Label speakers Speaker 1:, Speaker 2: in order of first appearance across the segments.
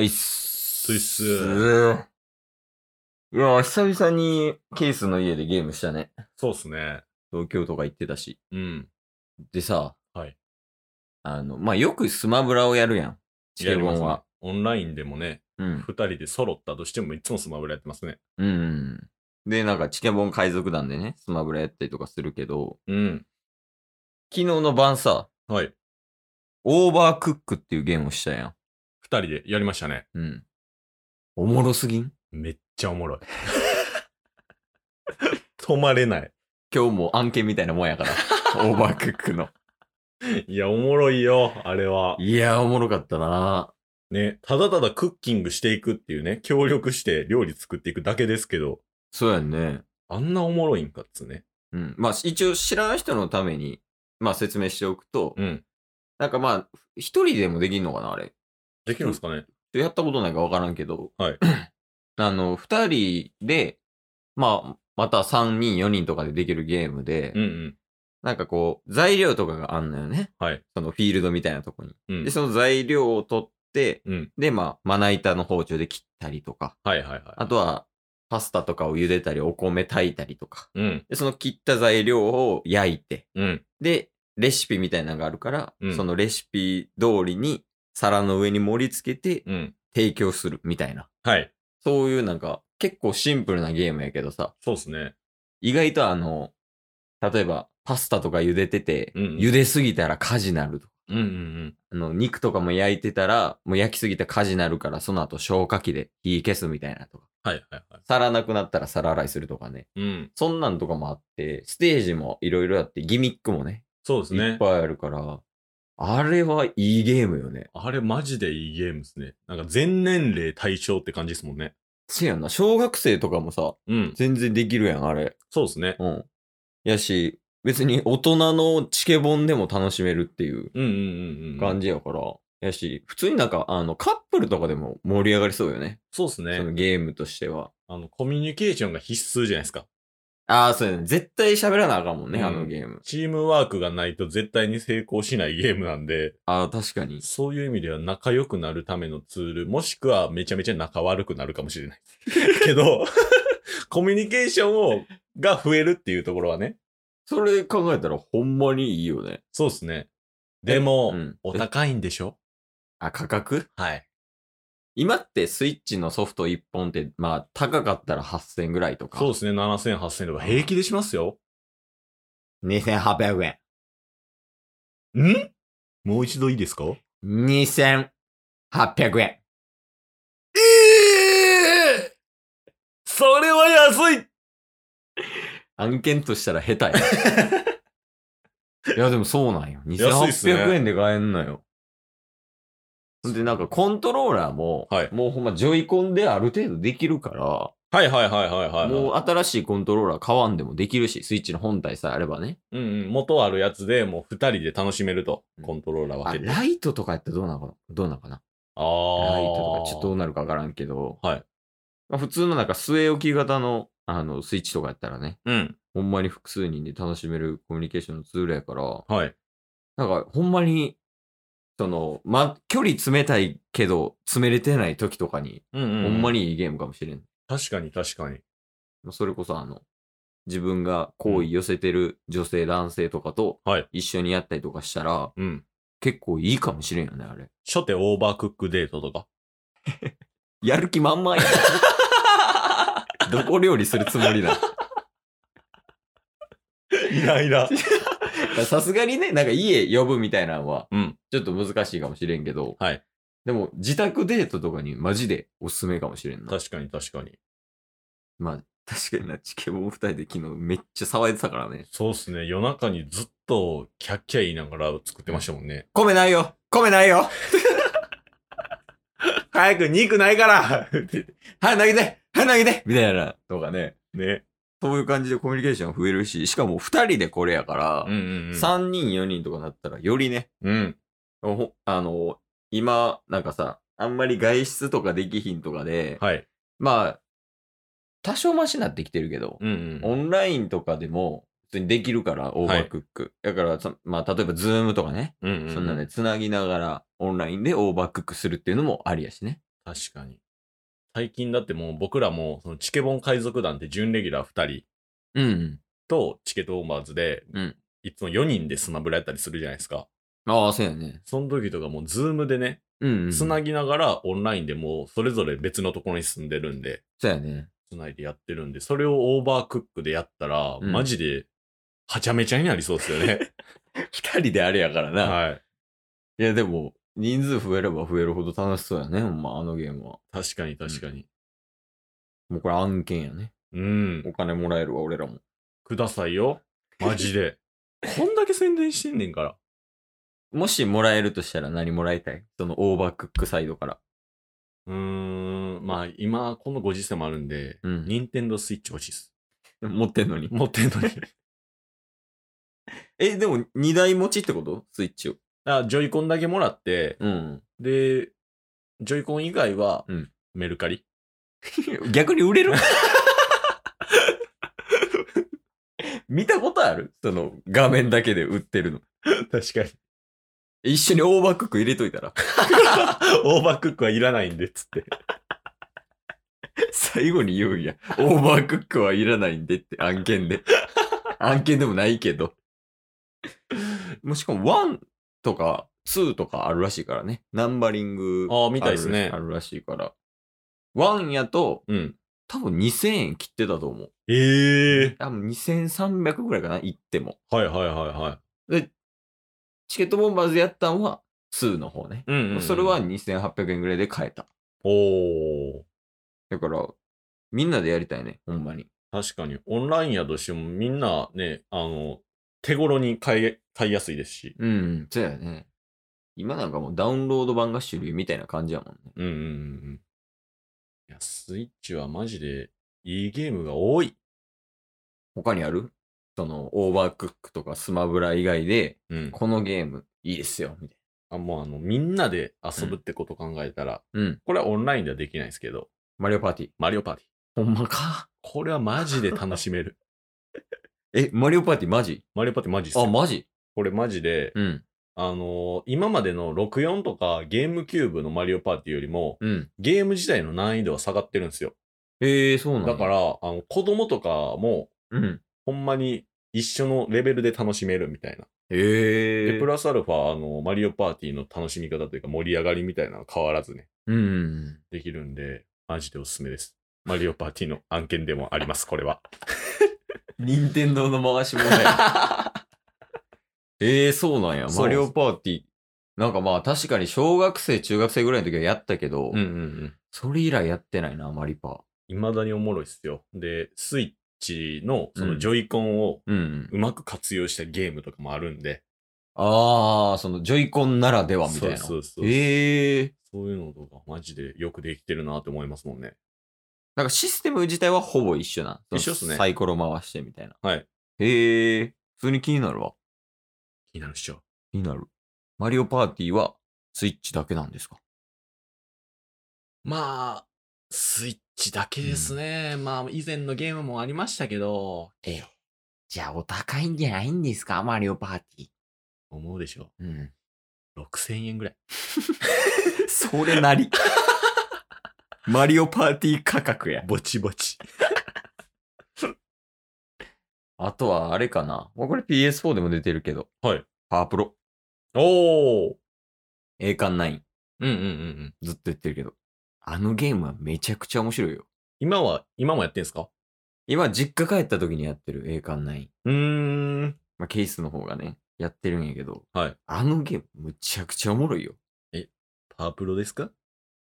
Speaker 1: いっす。
Speaker 2: といっす
Speaker 1: いや、久々にケースの家でゲームしたね。
Speaker 2: そうっすね。
Speaker 1: 東京とか行ってたし。
Speaker 2: うん。
Speaker 1: でさ、
Speaker 2: はい。
Speaker 1: あの、まあ、よくスマブラをやるやん。チケボンは。
Speaker 2: オンラインでもね、
Speaker 1: うん。
Speaker 2: 二人で揃ったとしてもいつもスマブラやってますね。
Speaker 1: うんうん。で、なんかチケボン海賊団でね、スマブラやったりとかするけど、
Speaker 2: うん。
Speaker 1: 昨日の晩さ、
Speaker 2: はい。
Speaker 1: オーバークックっていうゲームをしたや
Speaker 2: 二人でやりましたね。
Speaker 1: ん。うん。おもろすぎん
Speaker 2: めっちゃおも ろい。止まれない。
Speaker 1: 今日も案件みたいなもんや から。オーバークックの。
Speaker 2: いや、おもろいよ、あれは。
Speaker 1: いやー、おもろかったな
Speaker 2: ね、ただただクッキングしていくっていうね、協力して料理作っていくだけですけど、
Speaker 1: そうやんね。
Speaker 2: あんなおもろいんかっつね。
Speaker 1: うん。まあ、一応知らん人のために、まあ説明しておくと、
Speaker 2: うん。
Speaker 1: なんかまあ、一人でもできんのかな、あれ。
Speaker 2: できるんですかね
Speaker 1: やったことないからわからんけど、
Speaker 2: はい。
Speaker 1: あの、二人で、まあ、また三人、四人とかでできるゲームで、
Speaker 2: うんうん。
Speaker 1: なんかこう、材料とかがあんのよね。
Speaker 2: はい。
Speaker 1: そのフィールドみたいなとこに。
Speaker 2: うん
Speaker 1: で、。その材料を取って、
Speaker 2: うん。
Speaker 1: で、まあ、まな板の包丁で切ったりとか、
Speaker 2: はいはいはい。
Speaker 1: あとは、パスタとかを茹でたり、お米炊いたりとか。
Speaker 2: うん。
Speaker 1: で、その切った材料を焼いて、
Speaker 2: うん。
Speaker 1: で、レシピみたいなのがあるから、
Speaker 2: うん
Speaker 1: そのレシピ通りに皿の上に盛り付けて
Speaker 2: うん。
Speaker 1: 提供するみたいな。
Speaker 2: はい。
Speaker 1: そういうなんか、結構シンプルなゲームやけどさ、
Speaker 2: そうですね。
Speaker 1: 意外とあの、例えば、パスタとか茹でてて、
Speaker 2: うんうん
Speaker 1: 茹ですぎたら火事なるとか、
Speaker 2: うんうんうん。
Speaker 1: あの、肉とかも焼いてたら、もう焼きすぎたら火事なるから、その後消火器で火消すみたいなとか、
Speaker 2: はいはいはい。
Speaker 1: 皿なくなったら皿洗いするとかね、
Speaker 2: うん。
Speaker 1: そんなんとかもあって、ステージもいろいろあって、ギミックもね、
Speaker 2: そうです
Speaker 1: いっ
Speaker 2: ね。
Speaker 1: ぱいあるから、あれはいいゲームよね。
Speaker 2: あれマジでいいゲームですね。なんか全年齢対象って感じですもんね。
Speaker 1: せやな、小学生とかもさ、
Speaker 2: うん。
Speaker 1: 全然できるやん、あれ。
Speaker 2: そうですね。
Speaker 1: うん。やし、別に大人のチケボンでも楽しめるっていう
Speaker 2: うんうんうんうん。
Speaker 1: 感じやから、やし、普通になんか、あの、カップルとかでも盛り上がりそうよね。
Speaker 2: そうです
Speaker 1: その
Speaker 2: ね。
Speaker 1: ゲームとしては。
Speaker 2: あの、コミュニケーションが必須じゃないですか。
Speaker 1: ああ、そうやね。絶対喋らなあかんもんね、
Speaker 2: うん
Speaker 1: あのゲーム。
Speaker 2: チームワークがないと絶対に成功しないゲームなんで、
Speaker 1: ああ、確かに。
Speaker 2: そういう意味では仲良くなるためのツール、もしくはめちゃめちゃ仲悪くなるかもしれない。 けど、 コミュニケーションを、が増えるっていうところはね。
Speaker 1: それ考えたらほんまにいいよね。
Speaker 2: そうですね。でも、
Speaker 1: うん
Speaker 2: お高いんでしょ
Speaker 1: あ、価格
Speaker 2: はい。
Speaker 1: 今ってスイッチのソフト1本って、まあ、高かったら8000ぐらいとか。
Speaker 2: そうですね。7000、8000とか平気でしますよ。
Speaker 1: 2800円。
Speaker 2: んもう一度いいですか
Speaker 1: 2800円。
Speaker 2: ええそれは安い
Speaker 1: 案件としたら下手や。 いや、でもそうなんよ。
Speaker 2: 安いっすね
Speaker 1: 2800円で買えんのよ。ほんで、なんかコントローラーも、
Speaker 2: はい
Speaker 1: もうほんまジョイコンである程度できるから、
Speaker 2: はいはいはいはいはい。
Speaker 1: もう新しいコントローラー買わんでもできるし、スイッチの本体さえあればね。
Speaker 2: うんうん、元あるやつでもう二人で楽しめると
Speaker 1: う、ん
Speaker 2: コントローラー
Speaker 1: あ、
Speaker 2: 分けて。あ
Speaker 1: ライトとかやったらどうなのかなどうなのかな
Speaker 2: あー
Speaker 1: ライトとかちょっとどうなるかわからんけど、
Speaker 2: はい。
Speaker 1: まあ、普通のなんか据え置き型の、あの、スイッチとかやったらね、
Speaker 2: うん。
Speaker 1: ほんまに複数人で楽しめるコミュニケーションのツールやから、
Speaker 2: はい。
Speaker 1: なんかほんまに、その、ま、距離詰めたいけど、詰めれてない時とかに、
Speaker 2: うんう
Speaker 1: ほんま
Speaker 2: に。
Speaker 1: にいいゲームかもしれん。
Speaker 2: 確かに確かに。
Speaker 1: まあそれこそあの、自分が好意寄せてる女性、男性とかと
Speaker 2: はい、
Speaker 1: 一緒にやったりとかしたら、
Speaker 2: うん。
Speaker 1: 結構いいかもしれんよね、あれ。
Speaker 2: 初手オーバークックデートとか。
Speaker 1: やる気満々やんどこ料理するつもりだ
Speaker 2: イライラ。
Speaker 1: さすがにね、なんか家呼ぶみたいなのは、
Speaker 2: うん。
Speaker 1: ちょっと難しいかもしれんけど、
Speaker 2: はい。
Speaker 1: でも自宅デートとかにマジでおすすめかもしれんな。
Speaker 2: 確かに確かに。
Speaker 1: まあ、確かにな、チケボン二人で昨日めっちゃ騒いでたからね。
Speaker 2: そうっすね。夜中にずっとキャッキャ言いながら作ってましたもんね。
Speaker 1: 米ないよ米ないよ
Speaker 2: 早く肉ないから
Speaker 1: はい、投げてはい、投げてみたいな、とかね。
Speaker 2: ね。
Speaker 1: そういう感じでコミュニケーション増えるし、しかも二人でこれやから
Speaker 2: うん、うんうん。
Speaker 1: 三、人四人とかなったらよりね、
Speaker 2: うん。
Speaker 1: ほあの、今、なんかさ、あんまり外出とかできひんとかで、
Speaker 2: はい。
Speaker 1: まあ、多少マシになってきてるけど、
Speaker 2: うんう
Speaker 1: オ
Speaker 2: ん。
Speaker 1: ンラインとかでも、普通にできるから、オーバークック。だからそ、まあ、例えば、ズームとかね、
Speaker 2: うんう
Speaker 1: そんなので、つなぎながら、オンラインでオーバークックするっていうのもありやしね。
Speaker 2: 確かに。最近だってもう僕らも、そのチケボン海賊団って準レギュラー2人
Speaker 1: うん。
Speaker 2: とチケットオーバーズで、
Speaker 1: うん
Speaker 2: いつも4人でスマブラやったりするじゃないですか。
Speaker 1: ああ、そうやね。
Speaker 2: その時とかもうズームでね、
Speaker 1: うん、うん。
Speaker 2: つなぎながらオンラインでもうそれぞれ別のところに住んでるんで、
Speaker 1: そうやね。
Speaker 2: つないでやってるんで、それをオーバークックでやったら、
Speaker 1: うん
Speaker 2: マジで、はちゃめちゃになりそうですよ ね。
Speaker 1: 二人であれやからな。
Speaker 2: はい。
Speaker 1: いや、でも、人数増えれば増えるほど楽しそうやね、ほんま、あのゲームは。
Speaker 2: 確かに確かに。
Speaker 1: もうこれ案件やね。
Speaker 2: うん。
Speaker 1: お金もらえるわ、俺らも。
Speaker 2: くださいよ。マジ で。こんだけ宣伝してんねんから。
Speaker 1: もしもらえるとしたら何もらいたいそのオーバークックサイドから。
Speaker 2: うーん。まあ、今、このご時世もあるんで、
Speaker 1: うん
Speaker 2: 任天堂スイッチ欲しいっす。
Speaker 1: 持ってんのに。
Speaker 2: 持ってんの に。
Speaker 1: え、でも、二台持ちってことスイッチを。
Speaker 2: あ、ジョイコンだけもらって、
Speaker 1: うん。
Speaker 2: で、ジョイコン以外は
Speaker 1: うん、
Speaker 2: メルカリ。
Speaker 1: 逆に売れる 見たことあるその、画面だけで売ってるの。
Speaker 2: 確かに。
Speaker 1: 一緒にオーバークック入れといたら。
Speaker 2: オーバークックはいらないんで、つって。
Speaker 1: 最後に言うんや。オーバークックはいらないんでって、案件で。案件でもないけど。もうしかも、1とか2とかあるらしいからね。ナンバリング
Speaker 2: あーみたいですね
Speaker 1: あるらしいから。1やと、
Speaker 2: うん。
Speaker 1: 多分2000円切ってたと思う。
Speaker 2: ええ
Speaker 1: 多分2300ぐらいかな、行っても。
Speaker 2: はいはいはいはい。
Speaker 1: で、チケットボンバーズやったんは2の方ね。
Speaker 2: うんうんうん
Speaker 1: それは、2800円ぐらいで買えた。
Speaker 2: おお。
Speaker 1: だから、みんなでやりたいね、ほんまに。
Speaker 2: 確かに、オンラインやとしてもみんなね、あの、手頃に買い、買いやすいですし。
Speaker 1: うん、そうやね。今なんかもうダウンロード版が主流みたいな感じやもんね。
Speaker 2: うんうんうんうん。いや、スイッチはマジでいいゲームが多い。
Speaker 1: 他にあるその、オーバークックとかスマブラ以外で、
Speaker 2: うん。
Speaker 1: このゲームいいですよ、みたい
Speaker 2: あもうあの、みんなで遊ぶってこと考えたら、
Speaker 1: な。うん。
Speaker 2: これはオンラインではできないですけど、
Speaker 1: マリオパーティー。
Speaker 2: マリオパーティー。
Speaker 1: ほんまか。
Speaker 2: これはマジで楽し める。
Speaker 1: え、マリオパーティーマジ
Speaker 2: マリオパーティーマジっすよ
Speaker 1: あ、マジ
Speaker 2: これマジで、
Speaker 1: うん。
Speaker 2: あのー今までの64とかゲームキューブのマリオパーティーよりも、
Speaker 1: うん。
Speaker 2: ゲーム自体の難易度は下がってるんですよ。
Speaker 1: えー、そうなん
Speaker 2: だから、、あの、子供とかも、
Speaker 1: うん。
Speaker 2: ほんまに一緒のレベルで楽しめるみたいな。
Speaker 1: え
Speaker 2: で、プラスアルファ、あの、マリオパーティーの楽しみ方というか盛り上がりみたいなのは変わらずね、
Speaker 1: うん。
Speaker 2: できるんで、マジでおすすめです。マリオパーティーの案件でもあります、これは。
Speaker 1: 任天堂の回しも ない。えー、そうなんや。
Speaker 2: そう
Speaker 1: マリオパーティー。なんかまあ確かに小学生、中学生ぐらいの時はやったけど、
Speaker 2: うんうんうん。
Speaker 1: それ以来やってないな、マリパー。
Speaker 2: 未だにおもろいっすよ。で、スイッチのそうの
Speaker 1: ん
Speaker 2: ジョイコンを
Speaker 1: うんうん。
Speaker 2: うまく活用したゲームとかもあるんで、
Speaker 1: ああ、そのジョイコンならではみたいな。
Speaker 2: そうそうそう
Speaker 1: ええ
Speaker 2: そういうのとかマジでよくできてるなって思いますもんね。
Speaker 1: なんかシステム自体はほぼ一緒な。その
Speaker 2: 一緒っすね
Speaker 1: サイコロ回してみたいな。
Speaker 2: はい。
Speaker 1: ええ普通に気になるわ。
Speaker 2: 気になるっしょ。
Speaker 1: 気になる。マリオパーティーはスイッチだけなんですか
Speaker 2: まあ、スイッチだけですね。まあ、以前のゲームもありましたけど、
Speaker 1: ええ。じゃあお高いんじゃないんですかマリオパーティー。
Speaker 2: 思うでしょ。
Speaker 1: うん。
Speaker 2: 6000円ぐらい。
Speaker 1: それなり。マリオパーティー価格や。
Speaker 2: ぼちぼち。
Speaker 1: あとはあれかな。まあこれ PS4 でも出てるけど。
Speaker 2: はい。
Speaker 1: パワープロ。
Speaker 2: おー
Speaker 1: 栄冠9。
Speaker 2: うんうんうんうん。
Speaker 1: ずっと言ってるけど。あのゲームはめちゃくちゃ面白いよ。
Speaker 2: 今は、今もやってんすか
Speaker 1: 今、実家帰った時にやってる栄冠9。
Speaker 2: うーん。
Speaker 1: まあ、ケースの方がね、やってるんやけど、
Speaker 2: はい。
Speaker 1: あのゲーム、むちゃくちゃおもろいよ。
Speaker 2: パワープロですか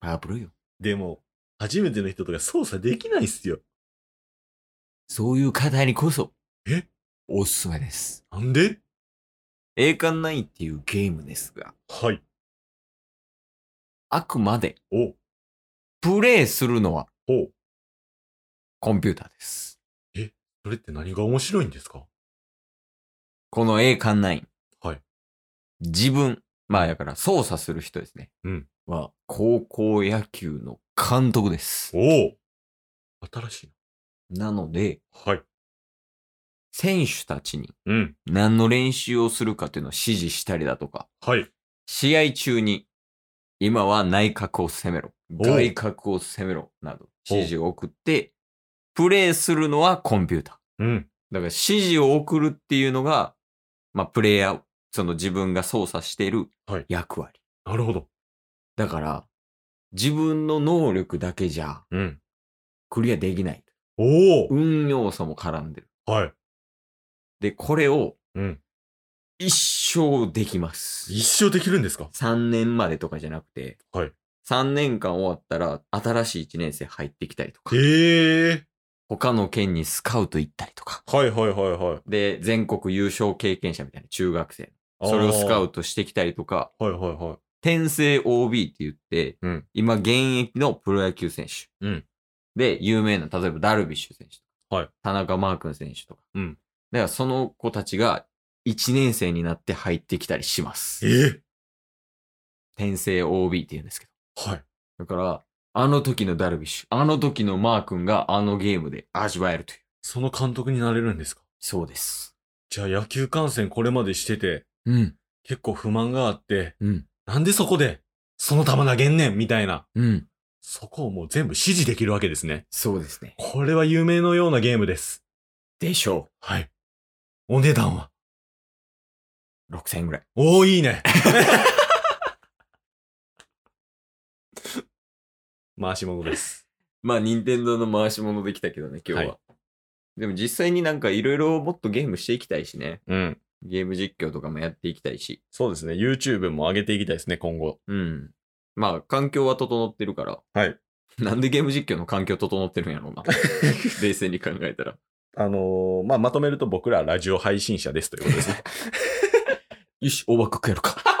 Speaker 1: パワープロよ。
Speaker 2: でも、初めての人とか操作できないっすよ。
Speaker 1: そういう方にこそ、
Speaker 2: え
Speaker 1: おすすめです。
Speaker 2: なんで
Speaker 1: 栄冠9っていうゲームですが、
Speaker 2: はい。
Speaker 1: あくまで、
Speaker 2: お
Speaker 1: プレイするのは
Speaker 2: ほう。
Speaker 1: コンピューターです。
Speaker 2: それって何が面白いんですか
Speaker 1: この栄冠9。
Speaker 2: はい。
Speaker 1: 自分、まあ、だから操作する人ですね。
Speaker 2: うん。
Speaker 1: は、高校野球の監督です。
Speaker 2: おお新しい
Speaker 1: なので、
Speaker 2: な。はい。
Speaker 1: 選手たちに
Speaker 2: うん。
Speaker 1: 何の練習をするかというのを指示したりだとか、
Speaker 2: はい。
Speaker 1: 試合中に今は内閣を攻めろ。
Speaker 2: お
Speaker 1: 外閣を攻めろ。など、指示を送って、プレイするのはコンピューター。
Speaker 2: うん。
Speaker 1: だから指示を送るっていうのが、まあ、プレイヤー、その自分が操作している
Speaker 2: はい
Speaker 1: 役割。
Speaker 2: なるほど。
Speaker 1: だから、自分の能力だけじゃ
Speaker 2: うん。
Speaker 1: クリアできない。
Speaker 2: おお、
Speaker 1: 運要素も絡んでる。
Speaker 2: はい。
Speaker 1: で、これを
Speaker 2: うん。
Speaker 1: 一生できます。
Speaker 2: 一生できるんですか
Speaker 1: 3年までとかじゃなくて、
Speaker 2: はい
Speaker 1: 3年間終わったら新しい1年生入ってきたりとか、
Speaker 2: へえ
Speaker 1: 他の県にスカウト行ったりとか、
Speaker 2: はいはいはいはい。
Speaker 1: で、全国優勝経験者みたいな中学生。それをスカウトしてきたりとか、
Speaker 2: ト。はいはいはい。
Speaker 1: 転生 OB って言って、
Speaker 2: うん
Speaker 1: 今現役のプロ野球選手、
Speaker 2: うん
Speaker 1: で有名な例えばダルビッシュ選手とか、
Speaker 2: はい
Speaker 1: 田中マー君選手とか、
Speaker 2: うん
Speaker 1: だからその子たちが1年生になって入ってきたりします
Speaker 2: ええ
Speaker 1: 転生 OB って言うんですけ
Speaker 2: はい。
Speaker 1: どだからあの時のダルビッシュあの時のマー君があのゲームで味わえるという
Speaker 2: その監督になれるんですか
Speaker 1: そうです
Speaker 2: じゃあ野球観戦これまでしてて、
Speaker 1: うん
Speaker 2: 結構不満があって、
Speaker 1: うん
Speaker 2: なんでそこで、その球投げんねんみたいな。
Speaker 1: うん
Speaker 2: そこをもう全部指示できるわけですね。
Speaker 1: そうですね
Speaker 2: これは夢のようなゲームです。
Speaker 1: でしょ
Speaker 2: はい。お値段は
Speaker 1: う6000円ぐらい
Speaker 2: おー、いいね。 回し物です。
Speaker 1: まあ、任天堂の回し物できたけどね、今日は。
Speaker 2: は
Speaker 1: でも実際になんかいろいろもっとゲームしていきたいしね。
Speaker 2: うん。
Speaker 1: ゲーム実況とかもやっていきたいし。
Speaker 2: そうですね。YouTube も上げていきたいですね、今後。
Speaker 1: うん。まあ、環境は整ってるから。
Speaker 2: はい。
Speaker 1: なんでゲーム実況の環境整ってるんや ろうな。冷静に考えたら。
Speaker 2: あの ーまあ、まとめると僕らはラジオ配信者ですということですね。
Speaker 1: よし、大バックやるか。